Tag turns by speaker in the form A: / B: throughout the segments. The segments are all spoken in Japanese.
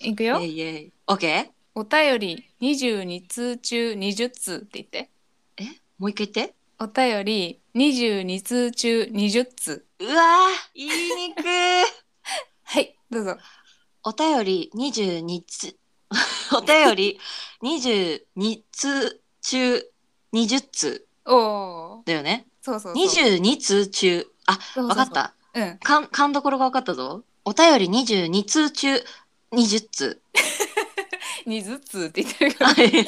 A: いく
B: イ
A: よ
B: ェ。イイェイ。オッケー
A: お便り22通中20通って言って。
B: もう一回言って。
A: お便り22通中20通。
B: うわー言いにくい
A: はい、どうぞ。
B: お便り22つ。お便り22通中20通
A: おお、
B: だよね。
A: そうそうそう。
B: 22通中。あ、
A: そうそうそう
B: わかっ。た。
A: うん。
B: かん、勘どころがわかったぞ。お便り22通中20通。
A: 20通って言ってるから。
B: はい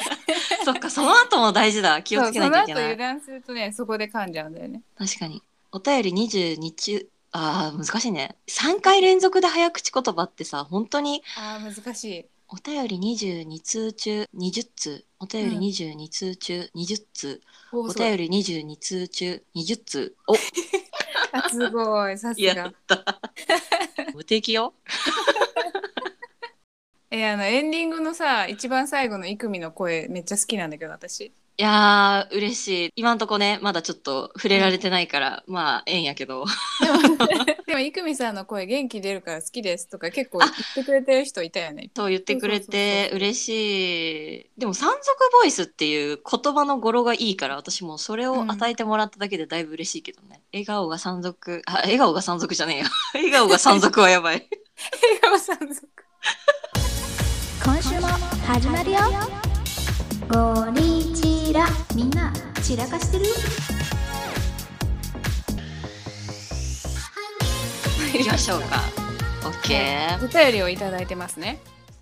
B: そっか、その後も大事だ。気をつけなきゃい
A: そうその後
B: けな
A: 油
B: い。
A: 断するとね、そこで噛んじゃうんだよね。
B: 確かに。お便り22中、ああ、難しいね。3回連続で早口言葉ってさ、本当に
A: ああ、難しい。
B: お便り22通中20通。お
A: う
B: 便
A: ん
B: り22通中20通。
A: お
B: お
A: ー
B: 便り22通中20通。お、
A: あすごい、さす
B: や
A: が
B: っ。た。 無敵よ。
A: えあのエンディングのさ、一番最後のイクミの声めっちゃ好きなんだけど、私。
B: いやー、嬉しい。今んとこね、まだちょっと触れられてないから、まあ、ええんやけど。
A: でも、イクミさんの声元気出るから好きですとか結構言ってくれてる人いたよ ね。
B: そう言ってくれて
A: そうそうそうそう
B: 嬉しい。でも、山賊ボイスっていう言葉の語呂がいいから、私もそれを与えてもらっただけでだいぶ嬉しいけどね。笑顔が山賊、あ、笑顔が山賊じゃねえよ。笑顔が山賊はやばい。
A: 笑顔さん族。
C: 今週も始まるよゴリチラみんな散らかしてる
B: 行きましょうか。オッケー。
A: お便りをいただいてますね。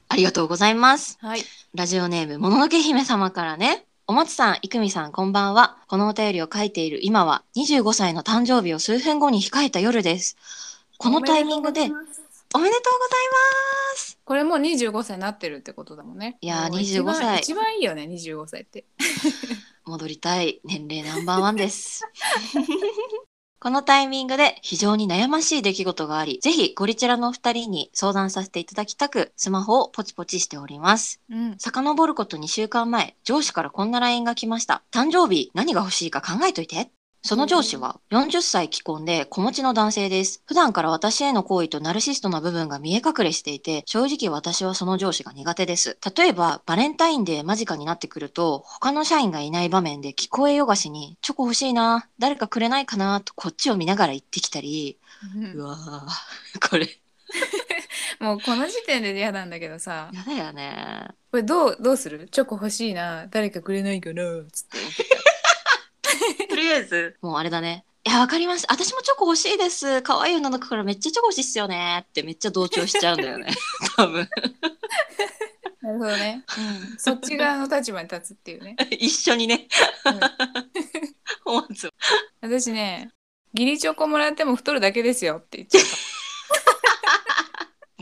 B: ありがとうございます。
A: はい。
B: ラジオネーム、もののけ姫様からね。お松さん、いくみさん、こんばんは。このお便りを書いている今は、25歳の誕生日を数分後に控えた夜です。このタイミングで、おめでとうございます。
A: これもう25歳になってるってことだもんね。
B: いやー
A: もう一番
B: 25歳
A: 一番いいよね、25歳って。
B: 戻りたい年齢ナンバーワンです。このタイミングで非常に悩ましい出来事があり、ぜひゴリチラのお二人に相談させていただきたく、スマホをポチポチしております。
A: うん。
B: 遡ること2週間前、上司からこんな LINE が来ました。誕生日、何が欲しいか考えといて。その上司は40歳既婚で子持ちの男性です。普段から私への好意とナルシストな部分が見え隠れしていて、正直私はその上司が苦手です。例えば、バレンタインデー間近になってくると、他の社員がいない場面で聞こえよがしに、チョコ欲しいな、誰かくれないかな、とこっちを見ながら言ってきたり、うわぁ、これ、
A: もうこの時点で嫌なんだけどさ、
B: やだよね。
A: これどうどうするチョコ欲しいな、誰かくれないかな、つって。
B: とりあえず。もうあれだね。いや、わかります。私もチョコ欲しいです。可愛い女の子からめっちゃチョコ欲しいっすよね。ってめっちゃ同調しちゃうんだよ ね。多分。
A: なるほどね。うん。そっち側の立場に立つっていう ね。
B: 一緒にね。
A: うん
B: 思わず
A: 私ね、ギリチョコもらっても太るだけですよって言っちゃう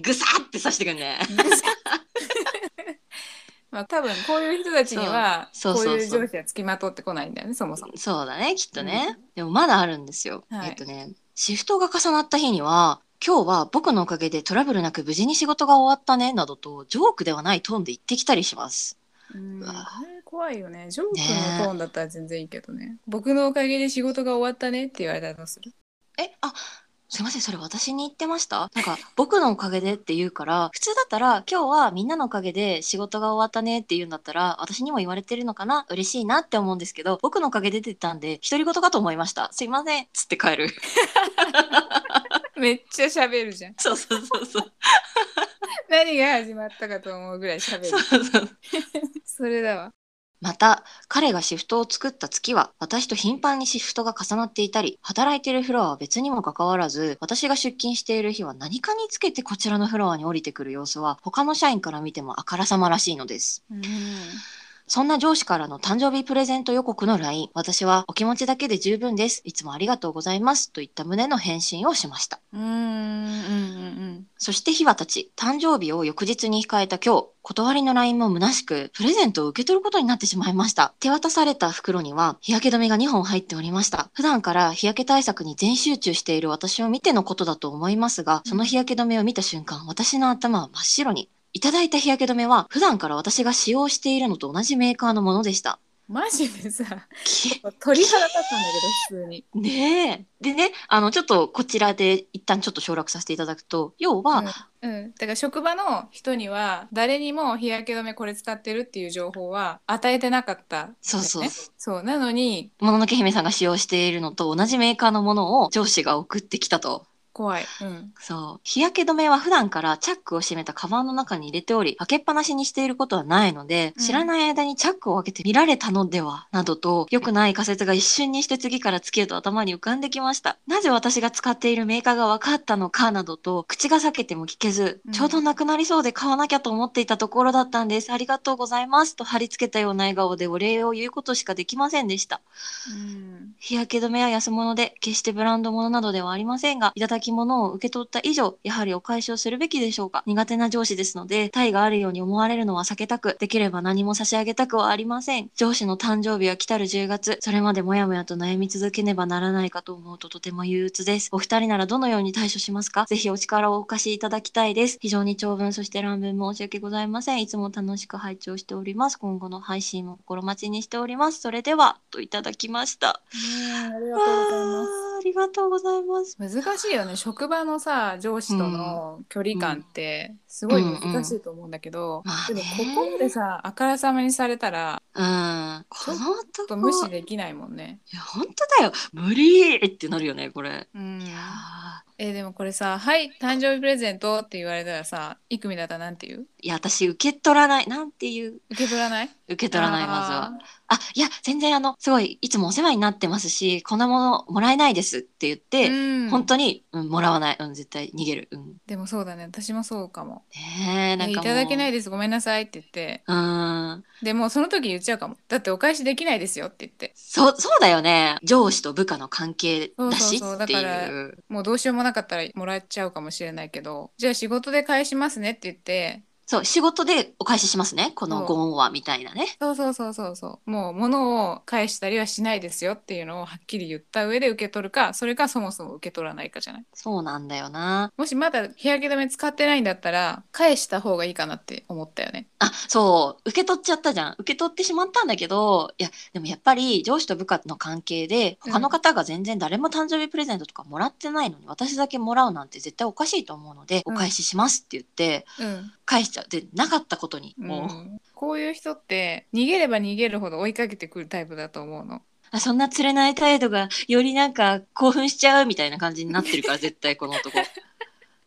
B: ぐさって刺してくんね。
A: から。 まあ多分こういう人たちには
B: そ
A: こ
B: う
A: う
B: そうそう
A: いう
B: そう
A: 上司はつきまとってこないんだよねそもそも。
B: そうだね、きっとね。
A: う
B: でもまだあるんですよ。
A: はい
B: えっとね、シフトが重なった日には、今日は僕のおかげでトラブルなく無事に仕事が終わったね、などと、ジョークではないトーンで言ってきたりします。
A: うん
B: うわ
A: あれ怖いよねジョークのトーンだったら全然いいけどね僕のおかげで仕事が終わったねって言われたらどうする
B: え、あ、すいません、それ私に言ってましたなんか、僕のおかげでって言うから、 普通だったら、今日はみんなのおかげで仕事が終わったねって言うんだったら、私にも言われてるのかな嬉しいなって思うんですけど、僕のおかげで出てたんで、独り言かと思いました。すいません、つって帰る。
A: めっちゃ喋るじゃん
B: そうそうそうそう。
A: 何が始まったかと思うぐらい喋る
B: そうそう。
A: それだわ
B: また、彼がシフトを作った月は、私と頻繁にシフトが重なっていたり、働いているフロアは別にもかかわらず、私が出勤している日は何かにつけてこちらのフロアに降りてくる様子は、他の社員から見てもあからさまらしいのです。
A: うん
B: そんな上司からの誕生日プレゼント予告の LINE、私はお気持ちだけで十分です。いつもありがとうございます。といった旨の返信をしました。
A: うんうん
B: そして日は経ち、誕生日を翌日に控えた今日、断りの LINE も虚しく、プレゼントを受け取ることになってしまいました。手渡された袋には、日焼け止めが2本入っておりました。普段から日焼け対策に全集中している私を見てのことだと思いますが、その日焼け止めを見た瞬間、私の頭は真っ白に。いただいた日焼け止めは、普段から私が使用しているのと同じメーカーのものでした。
A: マジでさ
B: き
A: 鳥肌立ったんだけど普通に。
B: ねえ。でね、あの、ちょっとこちらで一旦ちょっと省略させていただくと、要は、
A: うんうん、だから職場の人には誰にも日焼け止めこれ使ってるっていう情報は与えてなかった、
B: そうそう
A: ね。そうなのに
B: もののけ姫さんが使用しているのと同じメーカーのものを上司が送ってきたと。
A: 怖い、うん、
B: そう。日焼け止めは普段からチャックを閉めたカバンの中に入れており、開けっぱなしにしていることはないので、
A: うん
B: 知らない間にチャックを開けて見られたのでは、などと、良くない仮説が一瞬にして次から次へと頭に浮かんできました。なぜ私が使っているメーカーが分かったのか、などと、口が裂けても聞けず
A: う、ん
B: ちょうどなくなりそうで買わなきゃと思っていたところだったんです。ありがとうございます。と貼り付けたような笑顔でお礼を言うことしかできませんでした。
A: うん、
B: 日焼け止めは安物で、決してブランド物などではありませんが、いただき物を受け取った以上、やはりお返しをするべきでしょうか。苦手な上司ですので、体があるように思われるのは避けたく、できれば何も差し上げたくはありません。上司の誕生日は来たる10月、それまでもやもやと悩み続けねばならないかと思うととても憂鬱です。お二人ならどのように対処しますかぜひお力をお貸しいただきたいです。非常に長文、そして乱文申し訳ございません。いつも楽しく拝聴しております。今後の配信も心待ちにしております。それでは、といただきました。
A: ありがとうございます
B: あーありがとうございます。
A: 難しいよね職場のさ上司との距離感ってすごい難しいと思うんだけど、
B: うんうん
A: でも
B: まあね
A: ここまでさあからさまにされたら
B: うん。この
A: ちょっと
B: 男
A: 無視できないもんね。
B: いや、本当だよ。無理ってなるよね、これ。
A: うん
B: い、やー
A: えでもこれさ「はい誕生日プレゼント」って言われたらさいくみだったらなんて言う
B: いや、私、受け取らない。なんていう。
A: 受け取らない
B: 受け取らない、まずは。あ、いや、全然、あの、すごい、いつもお世話になってますし、こんなものもらえないですって言っ
A: ず
B: て、
A: うん、
B: 本当に、うん、もらわない。うん、絶対逃げる。うん。
A: でもそうだね私もそうかも
B: ねえ、なん
A: えい
B: かもう。
A: ただけない
B: い。
A: ですごめんなさいって言って
B: うん。
A: でもうその時言っちゃうかもだってお返しできないですよって言って
B: そう、そうだよね。上司と部下の関係だし
A: そうそうそう
B: ってい
A: だから
B: う。
A: もうどうしようもなかったらもらっちゃうかもしれないけどじゃあ仕事で返しますねって言って
B: そう、仕事でお返ししますね。こ
A: そ
B: の
A: う
B: ご恩は、みたいなね。
A: そうそうそうそうそうもう物を返したりはしないですよっていうのをはっきり言った上で受け取るかそれかそもそも受け取らないかじゃない
B: そうなんだよな。
A: もしまだ日焼け止め使ってないんだったら返した方がいいかなって思ったよね。
B: あ、そう、受け取っちゃったじゃん。受け取ってしまったんだけど、いや、でもやっぱり上司と部下の関係で、
A: うん
B: 他の方が全然誰も誕生日プレゼントとかもらってないのに、私だけもらうなんて絶対おかしいと思うので、
A: う
B: お
A: ん
B: 返ししますって言って、
A: うん、
B: 返しちゃう。で、なかったことに、
A: う
B: もう、
A: ん、こういう人って逃げれば逃げるほど追いかけてくるタイプだと思うの。
B: あそんな釣れない態度が、よりなんか興奮しちゃうみたいな感じになってるから、絶対この男。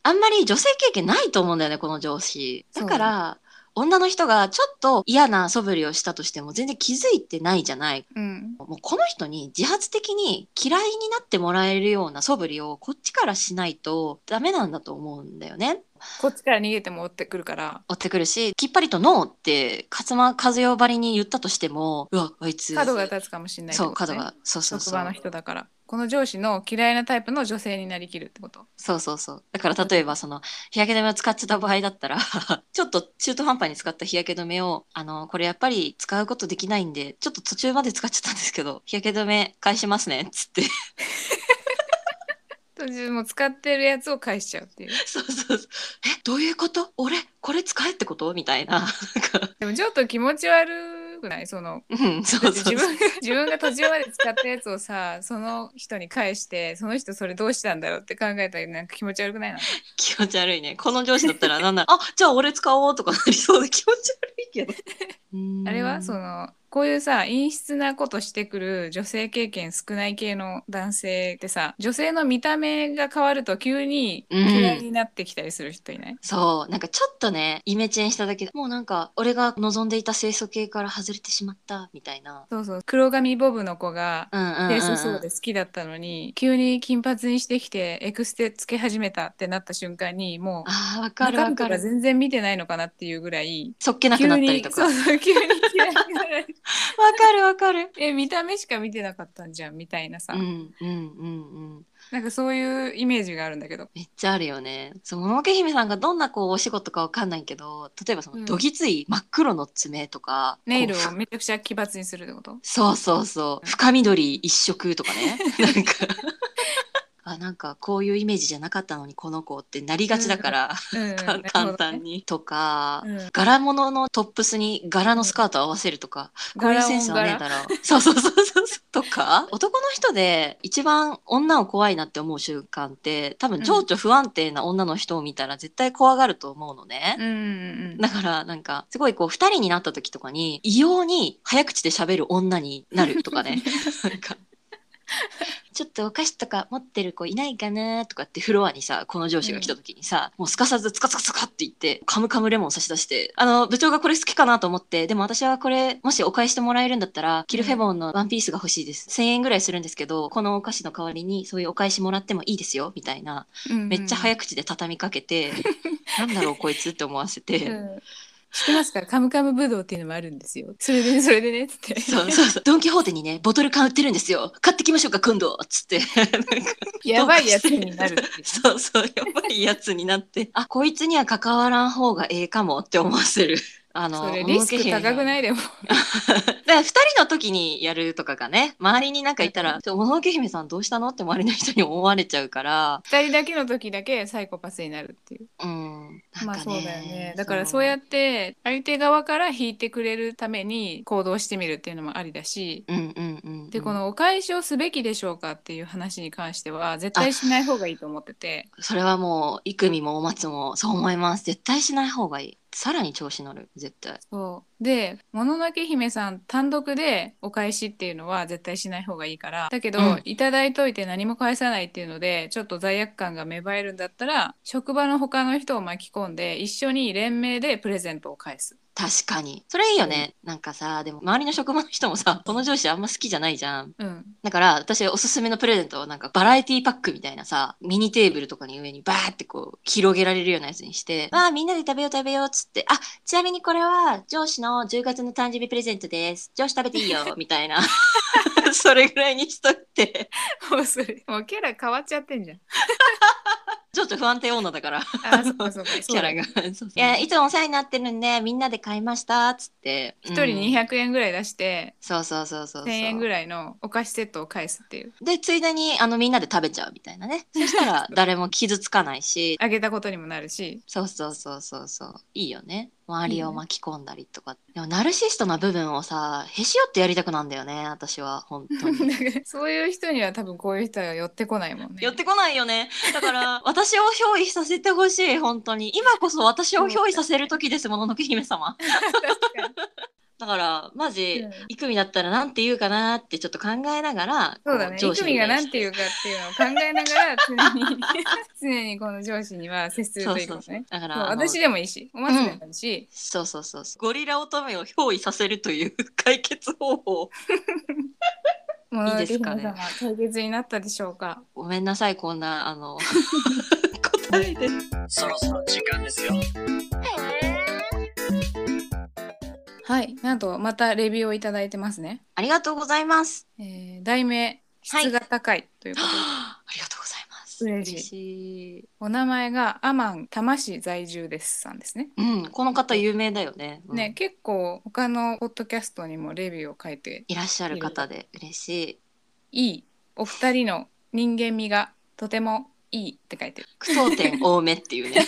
B: あんまり女性経験ないと思うんだよね、この上司。だから、女の人がちょっと嫌な素振りをしたとしても全然気づいてないじゃない。
A: うん、
B: もうこの人に自発的に嫌いになってもらえるような素振りをこっちからしないとダメなんだと思うんだよね。
A: こっちから逃げても追ってくるから
B: 追ってくるし、きっぱりとノーって勝間和代ばりに言ったとしても、うわ、あいつ。
A: 角が立つかもしれないって
B: そ
A: こ
B: う、
A: とね、
B: 角が。そうそう
A: 職
B: そ
A: 場の
B: う。
A: 人だからこの上司の嫌いなタイプの女性になりきるってこと。
B: そうそうそう。だから例えばその日焼け止めを使っちゃった場合だったら、 ちょっと中途半端に使った日焼け止めを、あの、これやっぱり使うことできないんで、ちょっと途中まで使っちゃったんですけど、日焼け止め返しますね、つって。
A: 途中もう使ってるやつを返しちゃうっていう。
B: そうそうそう。え、どういうこと俺、これ使えってことみたいな。なんか、
A: でもちょっと気持ち悪くないその
B: うん、 そ
A: だっ
B: う
A: て
B: そ
A: 自
B: うそう。
A: 分自分が途中まで使ったやつをさその人に返してその人それどうしたんだろうって考えたらなんか気持ち悪くないな
B: 気持ち悪いね。この上司だったらなんだ、あ、じゃあ俺使おうとかなりそうで気持ち悪いけ ど。
A: あれはそのこういうさ陰湿なことしてくる女性経験少ない系の男性ってさ女性の見た目が変わると急に
B: うん
A: 嫌いになってきたりする人いない、
B: そう、なんかちょっとね、イメチェンしただけで、もうなんか、俺が望んでいた清楚系から外れてしまった、みたいな。
A: そうそう黒髪ボブの子が
B: うんうんうん、
A: 清
B: う
A: 楚
B: ん。
A: そうで好きだったのに急に金髪にしてきてエクステつけ始めたってなった瞬間にもう
B: ああ、わかる
A: 中
B: わ
A: 身
B: か
A: とか
B: る。
A: 全然見てないのかなっていうぐらい
B: そっけなくなったりとか。
A: 急
B: わ
A: にそうそう急に嫌いになられて
B: かるわかる。
A: え見た目しか見てなかったんじゃんみたいなさ、
B: うんうんうんうん。
A: なんかそういうイメージがあるんだけど
B: めっちゃあるよね。そう、もののけ姫さんがどんなこうお仕事かわかんないけど、例えばそ
A: うん
B: のどぎつい真っ黒の爪とか、
A: ネイル
B: こう
A: を
B: ふ
A: めちゃくちゃ奇抜にするってこと
B: そうそうそう、深緑一色とかね。なんか。あなんかこういうイメージじゃなかったのにこの子ってなりがちだから、
A: うん、なるほどね
B: 簡単にとか、
A: うん
B: 柄物のトップスに柄のスカートを合わせるとか、こういう
A: 柄
B: センス
A: 音
B: はねえ
A: 柄
B: だろう。そうそうそうそうそう。とか、男の人で一番女を怖いなって思う瞬間って、多分情緒不安定な女の人を見たら絶対怖がると思うの
A: う
B: ね。
A: んうん
B: だからなんか、すごいこう二人になった時とかに、異様に早口で喋る女になるとかね。なんか。ちょっとお菓子とか持ってる子いないかなとかってフロアにさこの上司が来た時にさ、もうすかさずつかつかつかって言ってカムカムレモン差し出してあの部長がこれ好きかなと思ってでも私はこれもしお返ししてもらえるんだったらキルフェボンのワンピースが欲しいです1000円ぐらいするんですけどこのお菓子の代わりにそういうお返しもらってもいいですよみたいな
A: うん
B: めっちゃ早口で畳みかけて、なんだろうこいつって思わせて。
A: うん知ってますからカムカムブドウっていうのもあるんですよ。それでね、それでね、つって。
B: そうそうそう。ドンキホーテにね、ボトル缶売ってるんですよ。買ってきましょうか、今度っつ って。なんか
A: やばいやつになるっていう。
B: そうそう、やばいやつになって、 あ、こいつには関わらん方がええかもって思わせる。 あの、
A: それリスク高くないいでも。
B: 二人の時にやるとかがね、周りになんかいたら、ちょ、もののけ姫さんどうしたのって周りの人に思われちゃうから、
A: 二人だけの時だけサイコパスになるっていう。
B: うん。なんかね、
A: まあそうだよね。だからそうやって相手側から引いてくれるために行動してみるっていうのもありだし。
B: そう、うんうんうんうん。
A: でこ、のお返しをすべきでしょうかっていう話に関しては絶対しない方がいいと思ってて
B: それはもう、幾みもお松もそう思います。絶対しない方がいい。さらに調子乗る、絶対。
A: そうでもののけ姫さん単独でお返しっていうのは絶対しない方がいいからだけど、
B: うん
A: いただいといて何も返さないっていうのでちょっと罪悪感が芽生えるんだったら職場の他の人を巻き込んで一緒に連名でプレゼントを返す。
B: 確かに。それいいよね。なんかさ、でも周りの職場の人もさ、 この上司あんま好きじゃないじゃん。
A: うん、
B: だから私おすすめのプレゼントはなんかバラエティパックみたいなさ、ミニテーブルとかに上にバーってこう広げられるようなやつにして、わあみんなで食べよう食べようっつって、あ、ちなみにこれは上司の10月の誕生日プレゼントです。上司食べていい よ、みたいな。それぐらいにしといて。
A: もうそれもうキャラ変わっちゃってんじゃん。
B: ちょっと不安定女だから、
A: あそうかそうか
B: キャラが。 そういや、いつもお世話になってるんでみんなで買いました、っつって。
A: 一人
B: うん
A: 200円ぐらい出して、
B: そうそうそうそうそう。
A: 1000円ぐらいのお菓子セットを返すっていう
B: で、ついでにあのみんなで食べちゃうみたいなね。そしたら 誰も傷つかないし、
A: あげたことにもなるし
B: そうそうそうそうそういいよね周りを巻き込んだりとかでもナルシストな部分をさへし折ってやりたくなんだよね私は本当に。
A: だから そういう人には多分こういう人は寄ってこないもんね。
B: 寄ってこないよねだから私を憑依させてほしい本当に今こそ私を憑依させる時ですもののけ姫様 だからマジ、
A: うん
B: イクミだったらなんて言うかなってちょっと考えながら
A: そうだね。
B: こう上司
A: 育
B: に
A: み
B: ね
A: が何て言うかっていうのを考えながら常に 常にこの上司には接するといいかもね。
B: だから
A: そう
B: あの
A: 私でもいいし、お祭りでもいいし、
B: そうそうそうそうゴリラ乙女を憑依させるという解決方法
A: もののけ姫様
B: いいですか
A: 解決になったでしょうか。
B: ごめんなさい、こんな、あ の、答えで。
D: そろそろ時間ですよ。
A: はい、なんとまたレビューをいただいてますね。
B: ありがとうございます。
A: えー題名質が高いということで、
B: ありがとうございます。
A: 嬉しい
B: しい。
A: お名前がアマン多摩市在住ですさんですね。
B: うん、この方有名だよね。うん
A: ね、結構他のポッドキャストにもレビューを書いて
B: いらっしゃる方で嬉しい。
A: いいお二人の人間味がとてもいいって書いてる。
B: 苦闘点多めって いうね。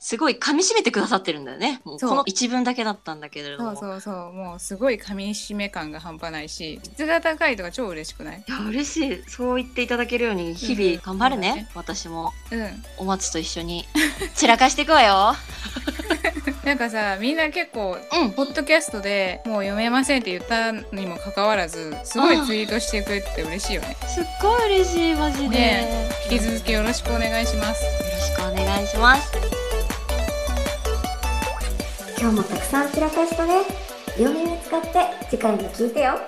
B: すごい噛み締めてくださってるんだよね。もう
A: そう
B: この一文だけだったんだけれど
A: そ
B: も。
A: うそうそうもうすごい噛み締め感が半端ないし質が高いとか超嬉しくない
B: いや、嬉しい。そう言っていただけるように、日々頑張るね。私も。
A: うん
B: お松と一緒に 散らかしていくわよ。
A: なんかさみんな結構
B: うん。
A: ポッドキャストでもう読めませんって言ったにもかかわらずすごいツイートしてくれてて嬉しいよね
B: すっごい嬉しい、マジで。
A: ね引き続きよろしくお願いします
B: よろしくお願いします。
C: 今日もたくさん散らかしたね両耳使って次回も聞いてよ